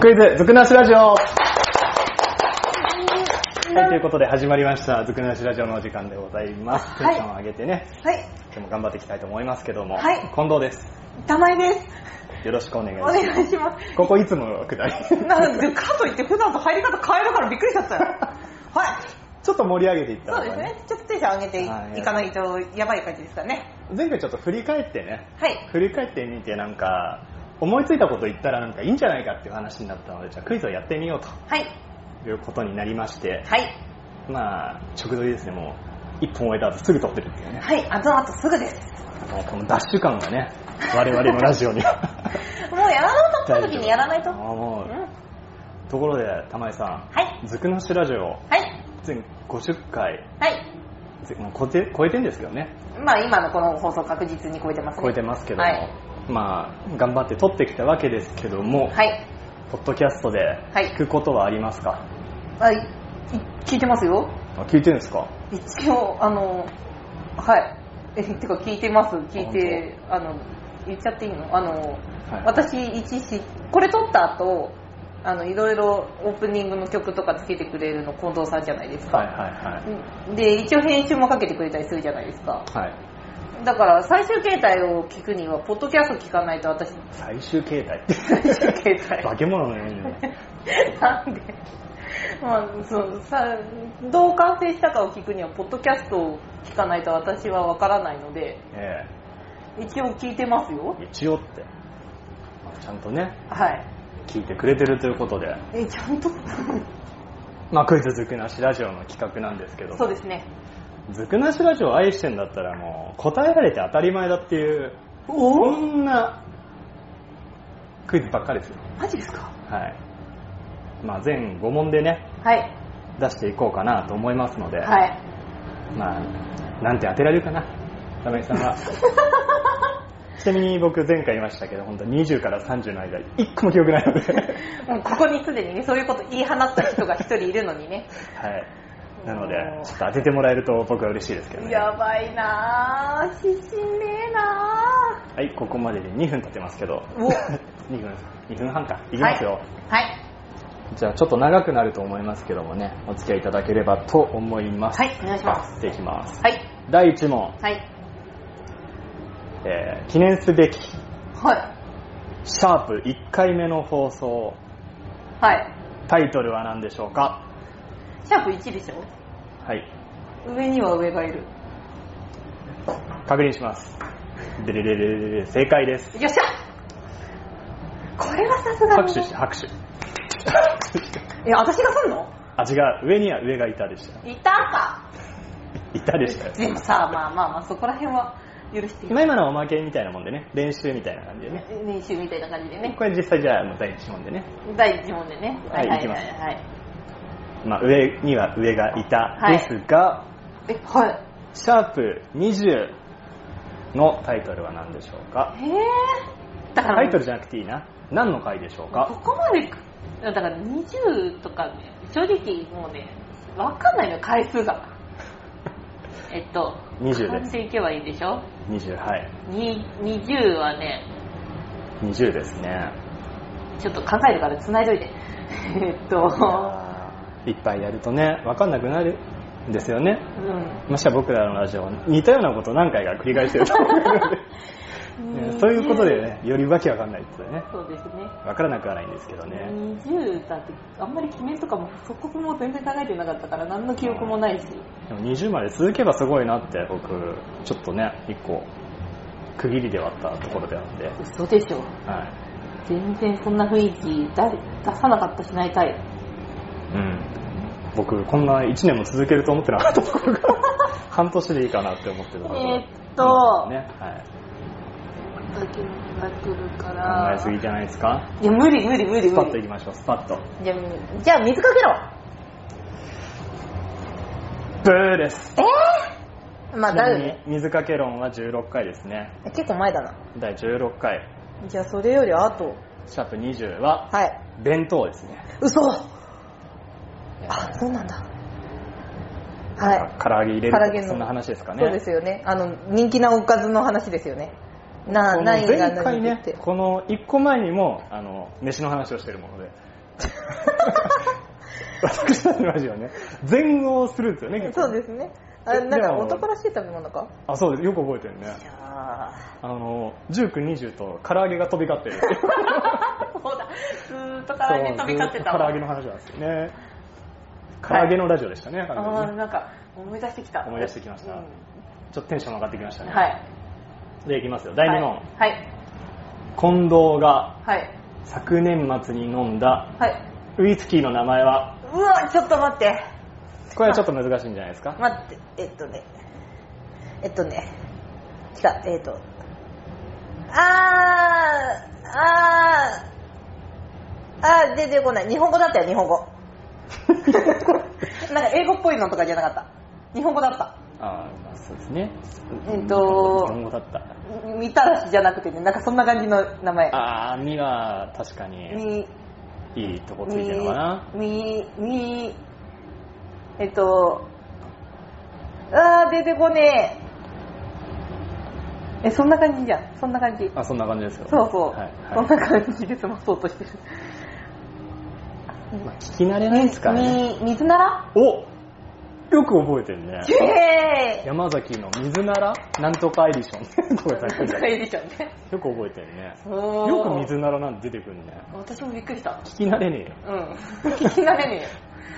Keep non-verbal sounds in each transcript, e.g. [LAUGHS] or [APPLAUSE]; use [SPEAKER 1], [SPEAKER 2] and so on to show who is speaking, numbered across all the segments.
[SPEAKER 1] クイズ、ずくなしラジオはい、ということで始まりました、ずくなしラジオのお時間でございます。テ
[SPEAKER 2] は
[SPEAKER 1] ン
[SPEAKER 2] い
[SPEAKER 1] ションを上げてね、
[SPEAKER 2] はい、
[SPEAKER 1] 今日も頑張っていきたいと思いますけども、
[SPEAKER 2] はい
[SPEAKER 1] 近藤です。
[SPEAKER 2] 玉井です。
[SPEAKER 1] よろしくお願いし
[SPEAKER 2] お
[SPEAKER 1] ます。
[SPEAKER 2] 願いします。
[SPEAKER 1] ここいつものくだり。 [LAUGHS]
[SPEAKER 2] なんでかといって普段と入り方変えるからびっくりしちゃ
[SPEAKER 1] [LAUGHS]
[SPEAKER 2] ったよ。はい、
[SPEAKER 1] ちょっと盛り上げていった
[SPEAKER 2] そう
[SPEAKER 1] 方
[SPEAKER 2] で
[SPEAKER 1] が
[SPEAKER 2] すね。ちょっとテンション上げていかないとやばい感じですからね。
[SPEAKER 1] 前回ちょっと振り返ってね、
[SPEAKER 2] はい、
[SPEAKER 1] 振り返ってみてなんか、思いついたこと言ったらなんかいいんじゃないかっていう話になったので、じゃあクイズをやってみよう
[SPEAKER 2] はい、
[SPEAKER 1] ということになりまして、
[SPEAKER 2] はい、
[SPEAKER 1] まあ、直撮りですね、もう。一本終えた後すぐ撮ってるっていうね。
[SPEAKER 2] はい、あとあとすぐです。
[SPEAKER 1] もうこのダッシュ感がね、我々のラジオ
[SPEAKER 2] [LAUGHS]
[SPEAKER 1] には。
[SPEAKER 2] もうやらなかった時にやらないと。
[SPEAKER 1] あ
[SPEAKER 2] う
[SPEAKER 1] ー
[SPEAKER 2] ん、
[SPEAKER 1] もう
[SPEAKER 2] は
[SPEAKER 1] ところで、玉井さ
[SPEAKER 2] い、
[SPEAKER 1] ん、ずくなしラジオ、
[SPEAKER 2] はい、
[SPEAKER 1] 全50回、
[SPEAKER 2] はい。
[SPEAKER 1] ぜもう超えて超えてんですけどね、
[SPEAKER 2] まあ今のこの放送確実に超えてますね。
[SPEAKER 1] 超えてますけども、
[SPEAKER 2] はい、
[SPEAKER 1] まあ、頑張って撮ってきたわけですけども、
[SPEAKER 2] はい、
[SPEAKER 1] ポッドキャストで
[SPEAKER 2] はい
[SPEAKER 1] 聞くことはありますか、
[SPEAKER 2] はい、い聞いてますよ。
[SPEAKER 1] あ聞いてるんですか
[SPEAKER 2] 一応あのはいえてか聞いてます聞いてあの言っちゃっていいのあの、
[SPEAKER 1] はい
[SPEAKER 2] 私一しこれ撮った後あのいろいろオープニングの曲とかつけてくれるの近藤さんじゃないですか、
[SPEAKER 1] はいはい
[SPEAKER 2] で一応編集もかけてくれたりするじゃないですか
[SPEAKER 1] はい。はい、
[SPEAKER 2] だから最終形態を聞くにはポッドキャスト聞かないと私
[SPEAKER 1] 最終形
[SPEAKER 2] [LAUGHS]
[SPEAKER 1] 態って、
[SPEAKER 2] 最終形
[SPEAKER 1] [LAUGHS]
[SPEAKER 2] 態
[SPEAKER 1] 化け物のように、
[SPEAKER 2] [LAUGHS] なんで、まあ、そうさどう完成したかを聞くにはポッドキャストを聞かないと私はわからないので
[SPEAKER 1] え
[SPEAKER 2] 一応聞いてますよ
[SPEAKER 1] え一応って、まあちゃんとね、
[SPEAKER 2] はい
[SPEAKER 1] 聞いてくれてるということで、
[SPEAKER 2] えちゃんと
[SPEAKER 1] まあ、クイズずくなしラジオの企画なんですけど
[SPEAKER 2] そうですね
[SPEAKER 1] ずくなしラジオを愛してんだったらもう答えられて当たり前だっていうこ
[SPEAKER 2] お
[SPEAKER 1] んなクイズばっかりですよ
[SPEAKER 2] マジですか
[SPEAKER 1] はい、まあ、全5問でね
[SPEAKER 2] はい
[SPEAKER 1] 出していこうかなと思いますので、
[SPEAKER 2] はい
[SPEAKER 1] まあなんて当てられるかな亀井さん
[SPEAKER 2] [LAUGHS]
[SPEAKER 1] はちなみに僕前回言いましたけど本当20から30の間一個も記憶ないの
[SPEAKER 2] [LAUGHS]
[SPEAKER 1] で
[SPEAKER 2] もうここにすでにねそういうこと言い放った人が一人いるのにね [LAUGHS]
[SPEAKER 1] はいなので
[SPEAKER 2] おー
[SPEAKER 1] ちょっと当ててもらえると僕は嬉しいですけどね
[SPEAKER 2] やばいなあ自信ねえなあ
[SPEAKER 1] はい、ここまでで2分経ってますけど、 [LAUGHS] 2
[SPEAKER 2] お
[SPEAKER 1] 分、2分半か。いきますよ、
[SPEAKER 2] はい
[SPEAKER 1] じゃあちょっと長くなると思いますけどもね、お付き合いいただければと思います。
[SPEAKER 2] はいお願いします
[SPEAKER 1] す。できます。
[SPEAKER 2] はい
[SPEAKER 1] 第1問、
[SPEAKER 2] はい
[SPEAKER 1] えー記念すべき、
[SPEAKER 2] はい
[SPEAKER 1] シャープ1回目の放送、
[SPEAKER 2] はい
[SPEAKER 1] タイトルは何でしょうか
[SPEAKER 2] シャープ1でしょ
[SPEAKER 1] はい、
[SPEAKER 2] 上には上がいる
[SPEAKER 1] 確認します。でれれれれれ正解です。
[SPEAKER 2] よっしゃこれはさすがに
[SPEAKER 1] 拍手して、拍手。 [LAUGHS]
[SPEAKER 2] え私がすんの
[SPEAKER 1] あ、違う、上には上がいたでした。
[SPEAKER 2] いたか
[SPEAKER 1] いたでしたよ。
[SPEAKER 2] でもさまあまあまあそこら辺は許して
[SPEAKER 1] 今今のはおまけみたいなもんでね、練習みたいな感じでね。
[SPEAKER 2] 練習みたいな感じでね
[SPEAKER 1] これ実際じゃあ、もう第1問でね。
[SPEAKER 2] 第1問でね
[SPEAKER 1] はい
[SPEAKER 2] はい
[SPEAKER 1] いき
[SPEAKER 2] はい
[SPEAKER 1] まあ、上には上がいた
[SPEAKER 2] はい
[SPEAKER 1] ですが、
[SPEAKER 2] えはい
[SPEAKER 1] シャープ20のタイトルは何でしょうか
[SPEAKER 2] へえだから
[SPEAKER 1] タイトルじゃなくていいな何の回でしょう
[SPEAKER 2] こ
[SPEAKER 1] か
[SPEAKER 2] こまでだから20とかね正直もうね分かんないのよ回数が
[SPEAKER 1] [LAUGHS]
[SPEAKER 2] えっと
[SPEAKER 1] 20です
[SPEAKER 2] 数でいけばいいでしょ
[SPEAKER 1] 20はい
[SPEAKER 2] に20はね
[SPEAKER 1] 20ですね
[SPEAKER 2] ちょっと考えるから繋いどいて [LAUGHS] えっと
[SPEAKER 1] いやーいっぱいやるとね分かんなくなるんですよね
[SPEAKER 2] うん
[SPEAKER 1] ましてや僕らのラジオは似たようなことを何回か繰り返してると思うので
[SPEAKER 2] [LAUGHS]
[SPEAKER 1] ねそういうことでねよりわけわかんないってね
[SPEAKER 2] そうですね
[SPEAKER 1] 分からなくはないんですけどね
[SPEAKER 2] 20だってあんまり決めとかもそこも全然考えてなかったから何の記憶もないし
[SPEAKER 1] でも20まで続けばすごいなって僕ちょっとね一個区切りで割ったところであるんで、
[SPEAKER 2] 嘘でしょ
[SPEAKER 1] はい、
[SPEAKER 2] 全然そんな雰囲気だ出さなかったしないたい
[SPEAKER 1] うん、僕こんな1年も続けると思ってなかったところが [LAUGHS] 半年でいいかなって思ってた
[SPEAKER 2] え
[SPEAKER 1] ので
[SPEAKER 2] ーっと、
[SPEAKER 1] ねはい、
[SPEAKER 2] だけが来るか
[SPEAKER 1] 考
[SPEAKER 2] ら
[SPEAKER 1] えすぎじゃないですか
[SPEAKER 2] いや無理無理無理
[SPEAKER 1] スパ
[SPEAKER 2] 無
[SPEAKER 1] ッとい
[SPEAKER 2] 理
[SPEAKER 1] きましょうスパッと
[SPEAKER 2] じゃあじゃあ水かけろ
[SPEAKER 1] ブーです
[SPEAKER 2] えー、まあだよ
[SPEAKER 1] ちな
[SPEAKER 2] ね
[SPEAKER 1] みに水かけ論は16回ですね
[SPEAKER 2] 結構前だな
[SPEAKER 1] 第16回
[SPEAKER 2] じゃあそれよりあと
[SPEAKER 1] シャープ20は
[SPEAKER 2] はい
[SPEAKER 1] 弁当ですね
[SPEAKER 2] 嘘あそうなんだはい
[SPEAKER 1] 唐揚げ入れ
[SPEAKER 2] 唐揚げ
[SPEAKER 1] る
[SPEAKER 2] の
[SPEAKER 1] そんな話ですかね
[SPEAKER 2] そうですよねあの人気なおかずの話ですよねな
[SPEAKER 1] この
[SPEAKER 2] ないが
[SPEAKER 1] 前
[SPEAKER 2] 何
[SPEAKER 1] 回
[SPEAKER 2] 言
[SPEAKER 1] ね
[SPEAKER 2] って
[SPEAKER 1] この1個前にもあの飯の話をしてるも
[SPEAKER 3] [LAUGHS]
[SPEAKER 1] ので私たちのラジオね前後をするんですよね結構
[SPEAKER 2] そうですねあ
[SPEAKER 1] え
[SPEAKER 2] なん
[SPEAKER 1] で
[SPEAKER 2] か
[SPEAKER 1] も
[SPEAKER 2] 男らしい食べ物か
[SPEAKER 1] あそうですよく覚えてるね
[SPEAKER 2] いや
[SPEAKER 1] あの1920と唐揚げが飛び交ってる
[SPEAKER 3] [LAUGHS] そうだずーっと唐揚げ飛び交ってた
[SPEAKER 1] そうずっと唐
[SPEAKER 3] わ
[SPEAKER 1] 揚げの話なんですよね唐揚げのラジオでしたね,、
[SPEAKER 3] あ
[SPEAKER 1] 完全
[SPEAKER 3] ー
[SPEAKER 1] にね
[SPEAKER 3] なんか思い出してきた
[SPEAKER 1] 思い出してきました
[SPEAKER 3] うん
[SPEAKER 1] ちょっとテンション上がってきましたね、
[SPEAKER 3] はい
[SPEAKER 1] でいきますよ第2問、
[SPEAKER 3] はい
[SPEAKER 1] 近藤が
[SPEAKER 3] はい
[SPEAKER 1] 昨年末に飲んだ
[SPEAKER 3] はい
[SPEAKER 1] ウイスキーの名前は
[SPEAKER 2] ーうわちょっと待って
[SPEAKER 1] これはちょっと難しいんじゃないですか
[SPEAKER 2] 待ってえっとねえっとね来たえっとあーあーあー出てこない日本語だったよ日本語
[SPEAKER 3] なんか英語っぽいのとかじゃなかった日本語だった
[SPEAKER 1] あーまあそうですね
[SPEAKER 3] えっと
[SPEAKER 1] 日本語だった
[SPEAKER 3] みたらしじゃなくてねなんかそんな感じの名前
[SPEAKER 1] ああ2は確かに
[SPEAKER 3] み
[SPEAKER 1] いいとこついてるのかな
[SPEAKER 3] みみみえっとあー出てこねええそんな感じじゃんそんな感じ
[SPEAKER 1] あそんな感じですよ
[SPEAKER 3] そうそう、
[SPEAKER 1] はい
[SPEAKER 3] そ
[SPEAKER 1] は
[SPEAKER 3] ん
[SPEAKER 1] い
[SPEAKER 3] な感じで済まそうとしてる
[SPEAKER 1] まあ、聞き慣れないですからね
[SPEAKER 3] み水なら
[SPEAKER 1] およく覚えてるね
[SPEAKER 3] イエーイ
[SPEAKER 1] 山崎の水ならなんとかエディシ
[SPEAKER 3] [LAUGHS]
[SPEAKER 1] ョンこれさっき
[SPEAKER 3] なん
[SPEAKER 1] の
[SPEAKER 3] かエディションね
[SPEAKER 1] よく覚えてるね
[SPEAKER 3] おー
[SPEAKER 1] よく水ならなんて出てくるね
[SPEAKER 3] 私もびっくりした
[SPEAKER 1] 聞き慣れねえよ
[SPEAKER 3] うん聞き慣れねえよ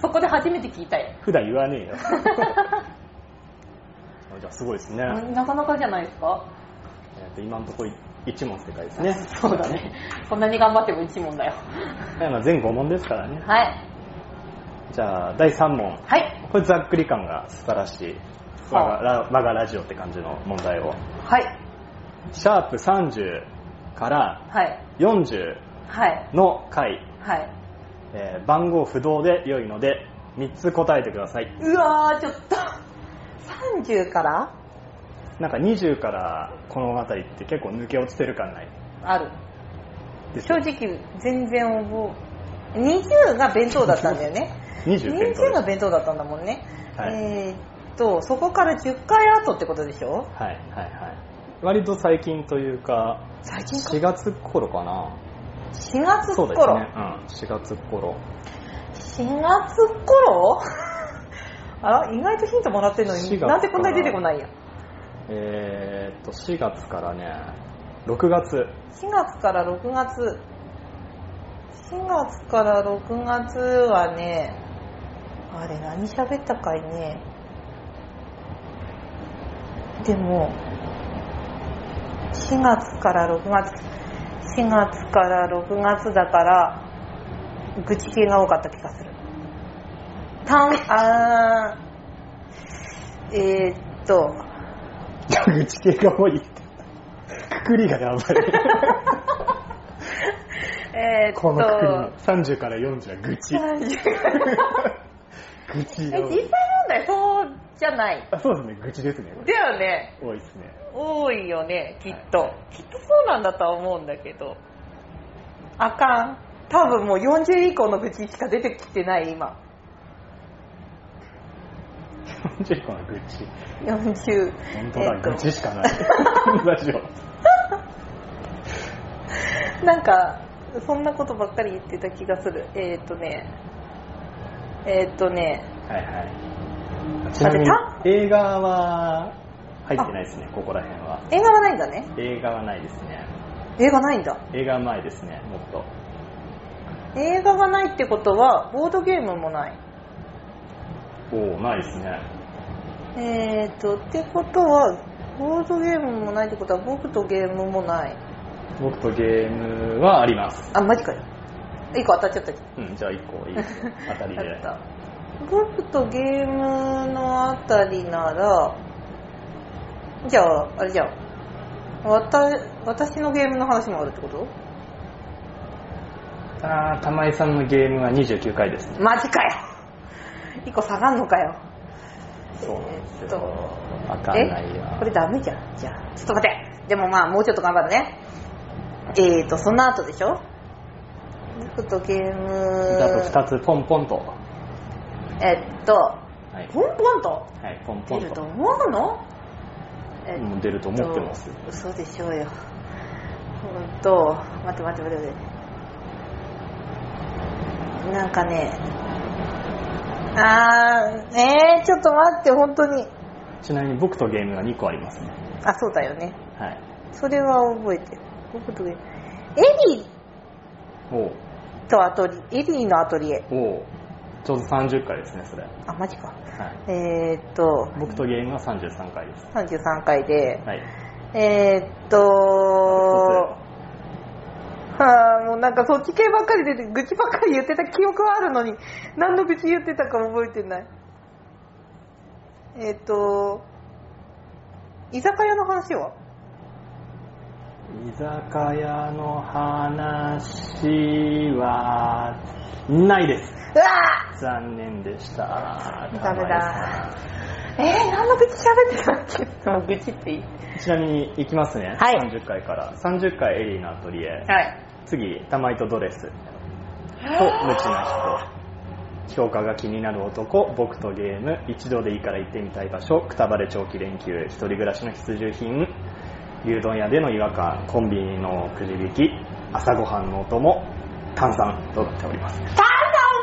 [SPEAKER 3] そこで初めて聞いたよ
[SPEAKER 1] 普段言わねえ
[SPEAKER 3] [LAUGHS]
[SPEAKER 1] よあじゃあすごいですね、
[SPEAKER 3] なかなかじゃないですか
[SPEAKER 1] えっと今のところ1問正解ですね
[SPEAKER 3] そうだねこんなに頑張っても一問だよ
[SPEAKER 1] はいまあ全5問ですからね
[SPEAKER 3] はい
[SPEAKER 1] じゃあ第3問
[SPEAKER 3] はい
[SPEAKER 1] これざっくり感が素晴らしい我がラ我がラジオって感じの問題を
[SPEAKER 3] はい
[SPEAKER 1] シャープ30から
[SPEAKER 3] はい
[SPEAKER 1] 40
[SPEAKER 3] はい
[SPEAKER 1] の回、
[SPEAKER 3] はい
[SPEAKER 1] えー番号不動で良いので3つ答えてくださいう
[SPEAKER 3] わーちょっと
[SPEAKER 2] 30から
[SPEAKER 1] なんか20からこの辺りって結構抜け落ちてる感ない
[SPEAKER 3] ある
[SPEAKER 1] です
[SPEAKER 2] 正直全然覚え20が弁当だったんだ
[SPEAKER 1] [LAUGHS]
[SPEAKER 2] よね
[SPEAKER 1] 20点取
[SPEAKER 2] 20
[SPEAKER 1] る
[SPEAKER 2] が弁当だったんだもんね、
[SPEAKER 1] はい
[SPEAKER 2] えーっとそこから10回後ってことでしょ
[SPEAKER 1] はいはいはい割と最近というか
[SPEAKER 2] 最近か
[SPEAKER 1] 4月頃かな
[SPEAKER 2] 4月
[SPEAKER 1] そう
[SPEAKER 2] 頃
[SPEAKER 1] ですね、うん、4月頃
[SPEAKER 2] 4月頃 [LAUGHS] あら意外とヒントもらってるの
[SPEAKER 1] 4
[SPEAKER 2] に
[SPEAKER 1] 月
[SPEAKER 2] なんでこんなに出てこないや
[SPEAKER 1] えー、っと4月からね6月
[SPEAKER 2] 4月から6月4月から6月はねあれ何喋ったかいねでも4月から6月4月から6月だから愚痴系が多かった気がするたんあーえーっと
[SPEAKER 1] 蛇 [LAUGHS] 口系が多いってくくりが [LAUGHS] やばい
[SPEAKER 2] えーっと
[SPEAKER 1] このくくりの30から40は愚痴 [LAUGHS] 愚痴
[SPEAKER 2] え
[SPEAKER 1] が
[SPEAKER 2] 実
[SPEAKER 1] 多い
[SPEAKER 2] 際問題そうじゃない
[SPEAKER 1] あそうですね愚痴ですねこれ
[SPEAKER 2] だよね
[SPEAKER 1] 多いですね
[SPEAKER 2] 多いよねきっと、きっとそうなんだとは思うんだけどあかん多分もう40以降の愚痴しか出てきてない今
[SPEAKER 1] 40個の愚痴
[SPEAKER 2] 40
[SPEAKER 1] 本当だ、
[SPEAKER 2] えっと
[SPEAKER 1] 愚痴しか [LAUGHS] ないラジオ
[SPEAKER 2] なんかそんなことばっかり言ってた気がするえーっ、とねえーっ、とね
[SPEAKER 1] はいはい。ちなみに映画は入ってないですね、ここら辺は。
[SPEAKER 2] 映画はないんだね
[SPEAKER 1] 映画はないですね。
[SPEAKER 2] 映画ないんだ
[SPEAKER 1] 映画は前ですね、もっと。
[SPEAKER 2] 映画がないってことはボードゲームもない
[SPEAKER 1] おお、ないですね。
[SPEAKER 2] えーっ、とってことはボードゲームもないってことは僕とゲームもない
[SPEAKER 1] 僕とゲームはあります。
[SPEAKER 2] あマジかよ1個当たっちゃった
[SPEAKER 1] うん、じゃあ1個いいですよ当たりで。
[SPEAKER 2] だった僕とゲームのあたりならじゃああれじゃんわた私のゲームの話もあるってこと
[SPEAKER 1] [LAUGHS] あー、玉井さんのゲームは29回ですね。
[SPEAKER 2] マジかよ1個下がんのかよ
[SPEAKER 1] そうなんです
[SPEAKER 2] えっ
[SPEAKER 1] よ
[SPEAKER 2] と。
[SPEAKER 1] わかんないや。
[SPEAKER 2] これダメじゃんじゃあちょっと待ってでもまあもうちょっと頑張るねえーとその後でしょ僕とゲーム
[SPEAKER 1] だと2つポンポンと。は
[SPEAKER 2] えっと
[SPEAKER 1] い。
[SPEAKER 2] ポンポンと
[SPEAKER 1] はい、ポンポ
[SPEAKER 2] 出
[SPEAKER 1] ン
[SPEAKER 2] ると
[SPEAKER 1] と。
[SPEAKER 2] 思うの
[SPEAKER 4] えっと
[SPEAKER 1] もう出ると思ってますよ。
[SPEAKER 4] 嘘でしょうようんと待って待って待って待ってなんかねあーえー、ちょっと待って本当に
[SPEAKER 1] ちなみに僕とゲームが2個ありますね。
[SPEAKER 4] あそうだよね
[SPEAKER 1] はい。
[SPEAKER 4] それは覚えてる僕とエリ
[SPEAKER 1] おう
[SPEAKER 4] ーとアトリエリーのアトリエ
[SPEAKER 1] おうちょうど30回ですね、それ。は
[SPEAKER 4] あマジか
[SPEAKER 1] い。
[SPEAKER 4] えー、っと
[SPEAKER 1] 僕とゲームが33回です。
[SPEAKER 4] 33回で
[SPEAKER 1] はい。
[SPEAKER 4] えー、っとはあもうなんかそっち系ばっかり出て愚痴ばっかり言ってた記憶はあるのに何の愚痴言ってたか覚えてないえっ、と居酒屋の話は
[SPEAKER 1] 居酒屋の話は、ないです。
[SPEAKER 4] うわ
[SPEAKER 1] 残念でした。
[SPEAKER 4] ダメだ
[SPEAKER 1] たま
[SPEAKER 4] ーえー、何の愚痴喋ってたっけ
[SPEAKER 2] もう愚痴っていい
[SPEAKER 1] りです。ちなみに、行きますね。
[SPEAKER 4] はい
[SPEAKER 1] 30回から。30回エリーのアトリエ。
[SPEAKER 2] はい
[SPEAKER 1] 次、玉井とドレス。と、無知な人。評価が気になる男、僕とゲーム、一度でいいから行ってみたい場所、くたばれ長期連休、一人暮らしの必需品、牛丼屋での違和感、コンビニのくじ引き、朝ごはんのお供、炭酸となっております。
[SPEAKER 4] タン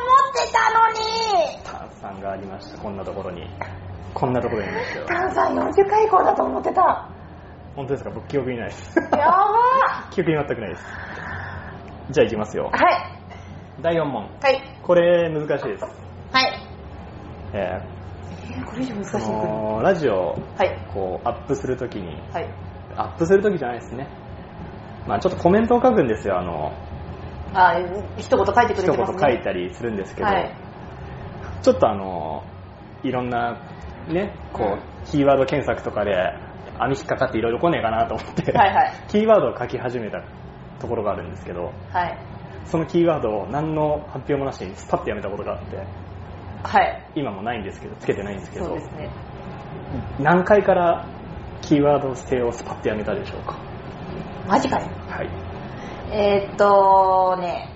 [SPEAKER 4] さん持って
[SPEAKER 1] 炭酸がありました、こんなところに。こんなところにいましたよ。
[SPEAKER 4] たのにタンさん40回以降だと思ってた
[SPEAKER 1] 本当ですか僕記憶にないです。
[SPEAKER 4] やば
[SPEAKER 1] 記憶に全くないです。じゃあ行きますよ
[SPEAKER 4] ー。はい
[SPEAKER 1] 第4問。
[SPEAKER 4] はい
[SPEAKER 1] これ難しいです。
[SPEAKER 4] はい
[SPEAKER 1] え
[SPEAKER 2] えーこれ以上難しい
[SPEAKER 1] ー、そ
[SPEAKER 2] は
[SPEAKER 1] のラジオ
[SPEAKER 2] い
[SPEAKER 1] こうアップするときに
[SPEAKER 2] はい
[SPEAKER 1] アップするときじゃないですねまあちょっとコメントを書くんですよあの
[SPEAKER 2] あー一言書いてく
[SPEAKER 1] 一
[SPEAKER 2] れて
[SPEAKER 1] 言
[SPEAKER 2] ますね
[SPEAKER 1] 書いたりするんですけど、
[SPEAKER 2] はい
[SPEAKER 1] ちょっとあのいろんなねこうキーワード検索とかで網引っかかっていろいろ来ねえかなと思って、
[SPEAKER 2] はいはい
[SPEAKER 1] キーワードを書き始めたところがあるんですけど
[SPEAKER 2] はい
[SPEAKER 1] そのキーワードを何の発表もなしにスパッとやめたことがあって
[SPEAKER 2] はい
[SPEAKER 1] 今もないんですけどつけてないんですけ
[SPEAKER 2] そう
[SPEAKER 1] ど
[SPEAKER 2] ですね
[SPEAKER 1] 何回からキーワード性をスパッとやめたでしょうか
[SPEAKER 4] マジかよ
[SPEAKER 1] はい
[SPEAKER 4] えー、っとね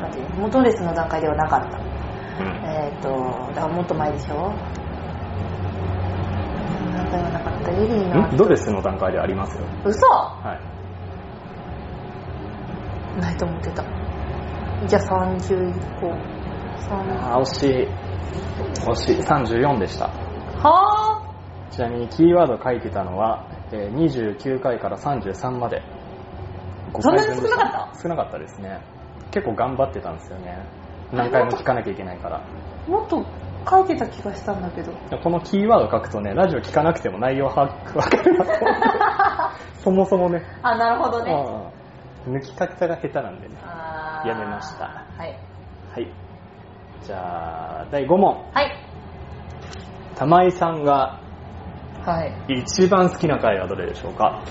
[SPEAKER 4] 待って元レスの段階ではなかった
[SPEAKER 1] うん
[SPEAKER 4] えっ、と、だからもっと前でしょなんだよなかった、エリー
[SPEAKER 1] ん
[SPEAKER 4] の。
[SPEAKER 1] ドレスの段階でありますよ
[SPEAKER 4] 嘘
[SPEAKER 1] はい
[SPEAKER 4] ないと思ってた。じゃあ30以降。30
[SPEAKER 1] あー惜しい惜しい34でした
[SPEAKER 4] は
[SPEAKER 1] ちなみにキーワード書いてたのは、えー29回から33まで
[SPEAKER 4] そんなに
[SPEAKER 1] 5回分で
[SPEAKER 4] 少なか
[SPEAKER 1] 少なかったですね結構頑張ってたんですよね何回も聞かなきゃいけないから
[SPEAKER 2] もっと書いてた気がしたんだ
[SPEAKER 4] [LAUGHS]
[SPEAKER 2] けど
[SPEAKER 1] このキーワード書くとねラジオ聞かなくても内容把握わかりま
[SPEAKER 4] [LAUGHS]
[SPEAKER 1] すそもそもね
[SPEAKER 4] あ、なるほどね。
[SPEAKER 1] うん抜き方が下手なんでね
[SPEAKER 4] あー
[SPEAKER 1] やめました
[SPEAKER 4] はい。
[SPEAKER 1] はいじゃあ第5問
[SPEAKER 4] はい。
[SPEAKER 1] 玉井さんが
[SPEAKER 2] はい
[SPEAKER 1] 一番好きな回はどれでしょうか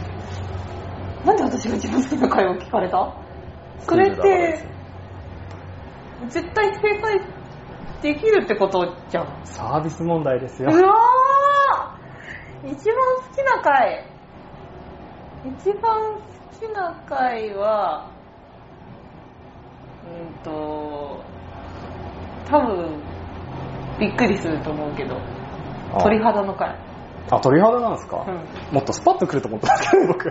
[SPEAKER 2] なんで私が自分好きな回を聞かれたこれって絶対正解できるってことじゃん
[SPEAKER 1] サービス問題です
[SPEAKER 2] う
[SPEAKER 1] よ
[SPEAKER 2] わー一番好きな回一番好きな回はうんと多分びっくりすると思うけど鳥肌の回
[SPEAKER 1] あ鳥肌なんですか、
[SPEAKER 2] う
[SPEAKER 1] もっとスパッとくると思ったんですけど僕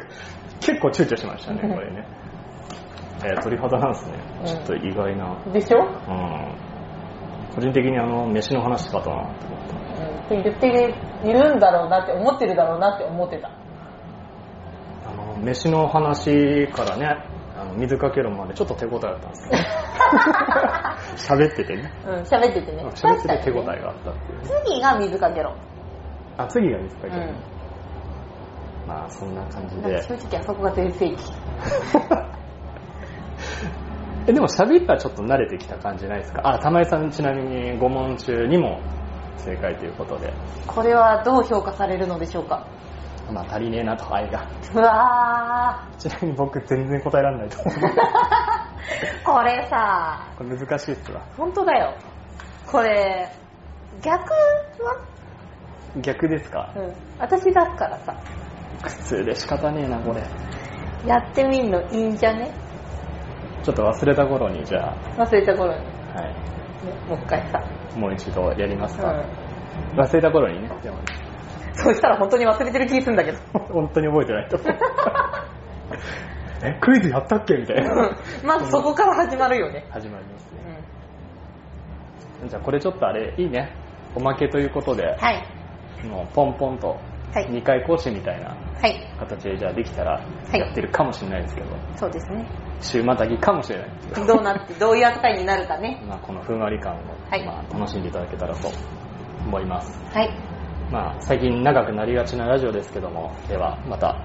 [SPEAKER 1] 結構躊躇しましたねこれね、えー鳥肌なんですね
[SPEAKER 2] うん
[SPEAKER 1] ちょっと意外なうん
[SPEAKER 2] でしょ
[SPEAKER 1] 個人的にあの飯の話かとなって思っ
[SPEAKER 2] うん絶対いるんだろうなって思ってるだろうなって思ってた
[SPEAKER 1] たあの飯の話からねあの水かけるまでちょっと手応えだったんですけ
[SPEAKER 2] [LAUGHS]
[SPEAKER 1] ど、ね、喋っててね
[SPEAKER 2] うん喋っててね
[SPEAKER 1] 喋ってて手応え
[SPEAKER 2] 確かにね
[SPEAKER 1] があったっていうね
[SPEAKER 2] 次が水かけろ
[SPEAKER 1] あ次が水かけ
[SPEAKER 2] う
[SPEAKER 1] る、
[SPEAKER 2] ん
[SPEAKER 1] まあそんな感じ
[SPEAKER 2] なん
[SPEAKER 1] で
[SPEAKER 2] か正直あそこが全盛期
[SPEAKER 1] えでも喋ったらちょっと慣れてきた感じないですかあ玉井さんちなみに5問中2問正解ということで
[SPEAKER 2] これはどう評価されるのでしょうか
[SPEAKER 1] まあ足りねえなと愛が
[SPEAKER 2] うわ
[SPEAKER 1] ちなみに僕全然答えられないと思 [LAUGHS] う
[SPEAKER 2] ーこれさ
[SPEAKER 1] これ難しいっすわ
[SPEAKER 2] 本当だよこれ逆は、
[SPEAKER 1] 逆ですか
[SPEAKER 2] うん、私だからさ
[SPEAKER 1] 苦痛で仕方ねえなこれ
[SPEAKER 2] やってみんのいいんじゃね
[SPEAKER 1] ちょっと忘れた頃にじゃ
[SPEAKER 2] 忘れた頃にね
[SPEAKER 1] あ、は
[SPEAKER 2] もう一回さ、
[SPEAKER 1] い、もう一度やります
[SPEAKER 2] うん
[SPEAKER 1] か、忘れた頃にねでもね
[SPEAKER 2] そうしたら本当に忘れてる気するんだ
[SPEAKER 1] [LAUGHS]
[SPEAKER 2] けど。
[SPEAKER 1] 本当に覚えてないと思う [LAUGHS] えクイズやったっけみたいな
[SPEAKER 2] まずそこから始まるよね。
[SPEAKER 1] [LAUGHS] 始まります
[SPEAKER 2] う
[SPEAKER 1] ね
[SPEAKER 2] ん
[SPEAKER 1] じゃあこれちょっとあれいいねおまけということで
[SPEAKER 4] はい。
[SPEAKER 1] もうポンポンと
[SPEAKER 4] はい
[SPEAKER 1] 2回講師みたいな
[SPEAKER 4] はい。
[SPEAKER 1] 形でじゃあできたら
[SPEAKER 4] はい
[SPEAKER 1] やってるかもしれないですけど、
[SPEAKER 4] そうです [LAUGHS] ね。
[SPEAKER 1] 週またぎかもしれないですけど
[SPEAKER 4] どうなって、どういう扱いになるかね。
[SPEAKER 1] まあ、このふんわり感を、
[SPEAKER 4] はい
[SPEAKER 1] まあ、楽しんでいただけたらと思います、
[SPEAKER 4] はい。
[SPEAKER 1] まあ、最近長くなりがちなラジオですけどもではまた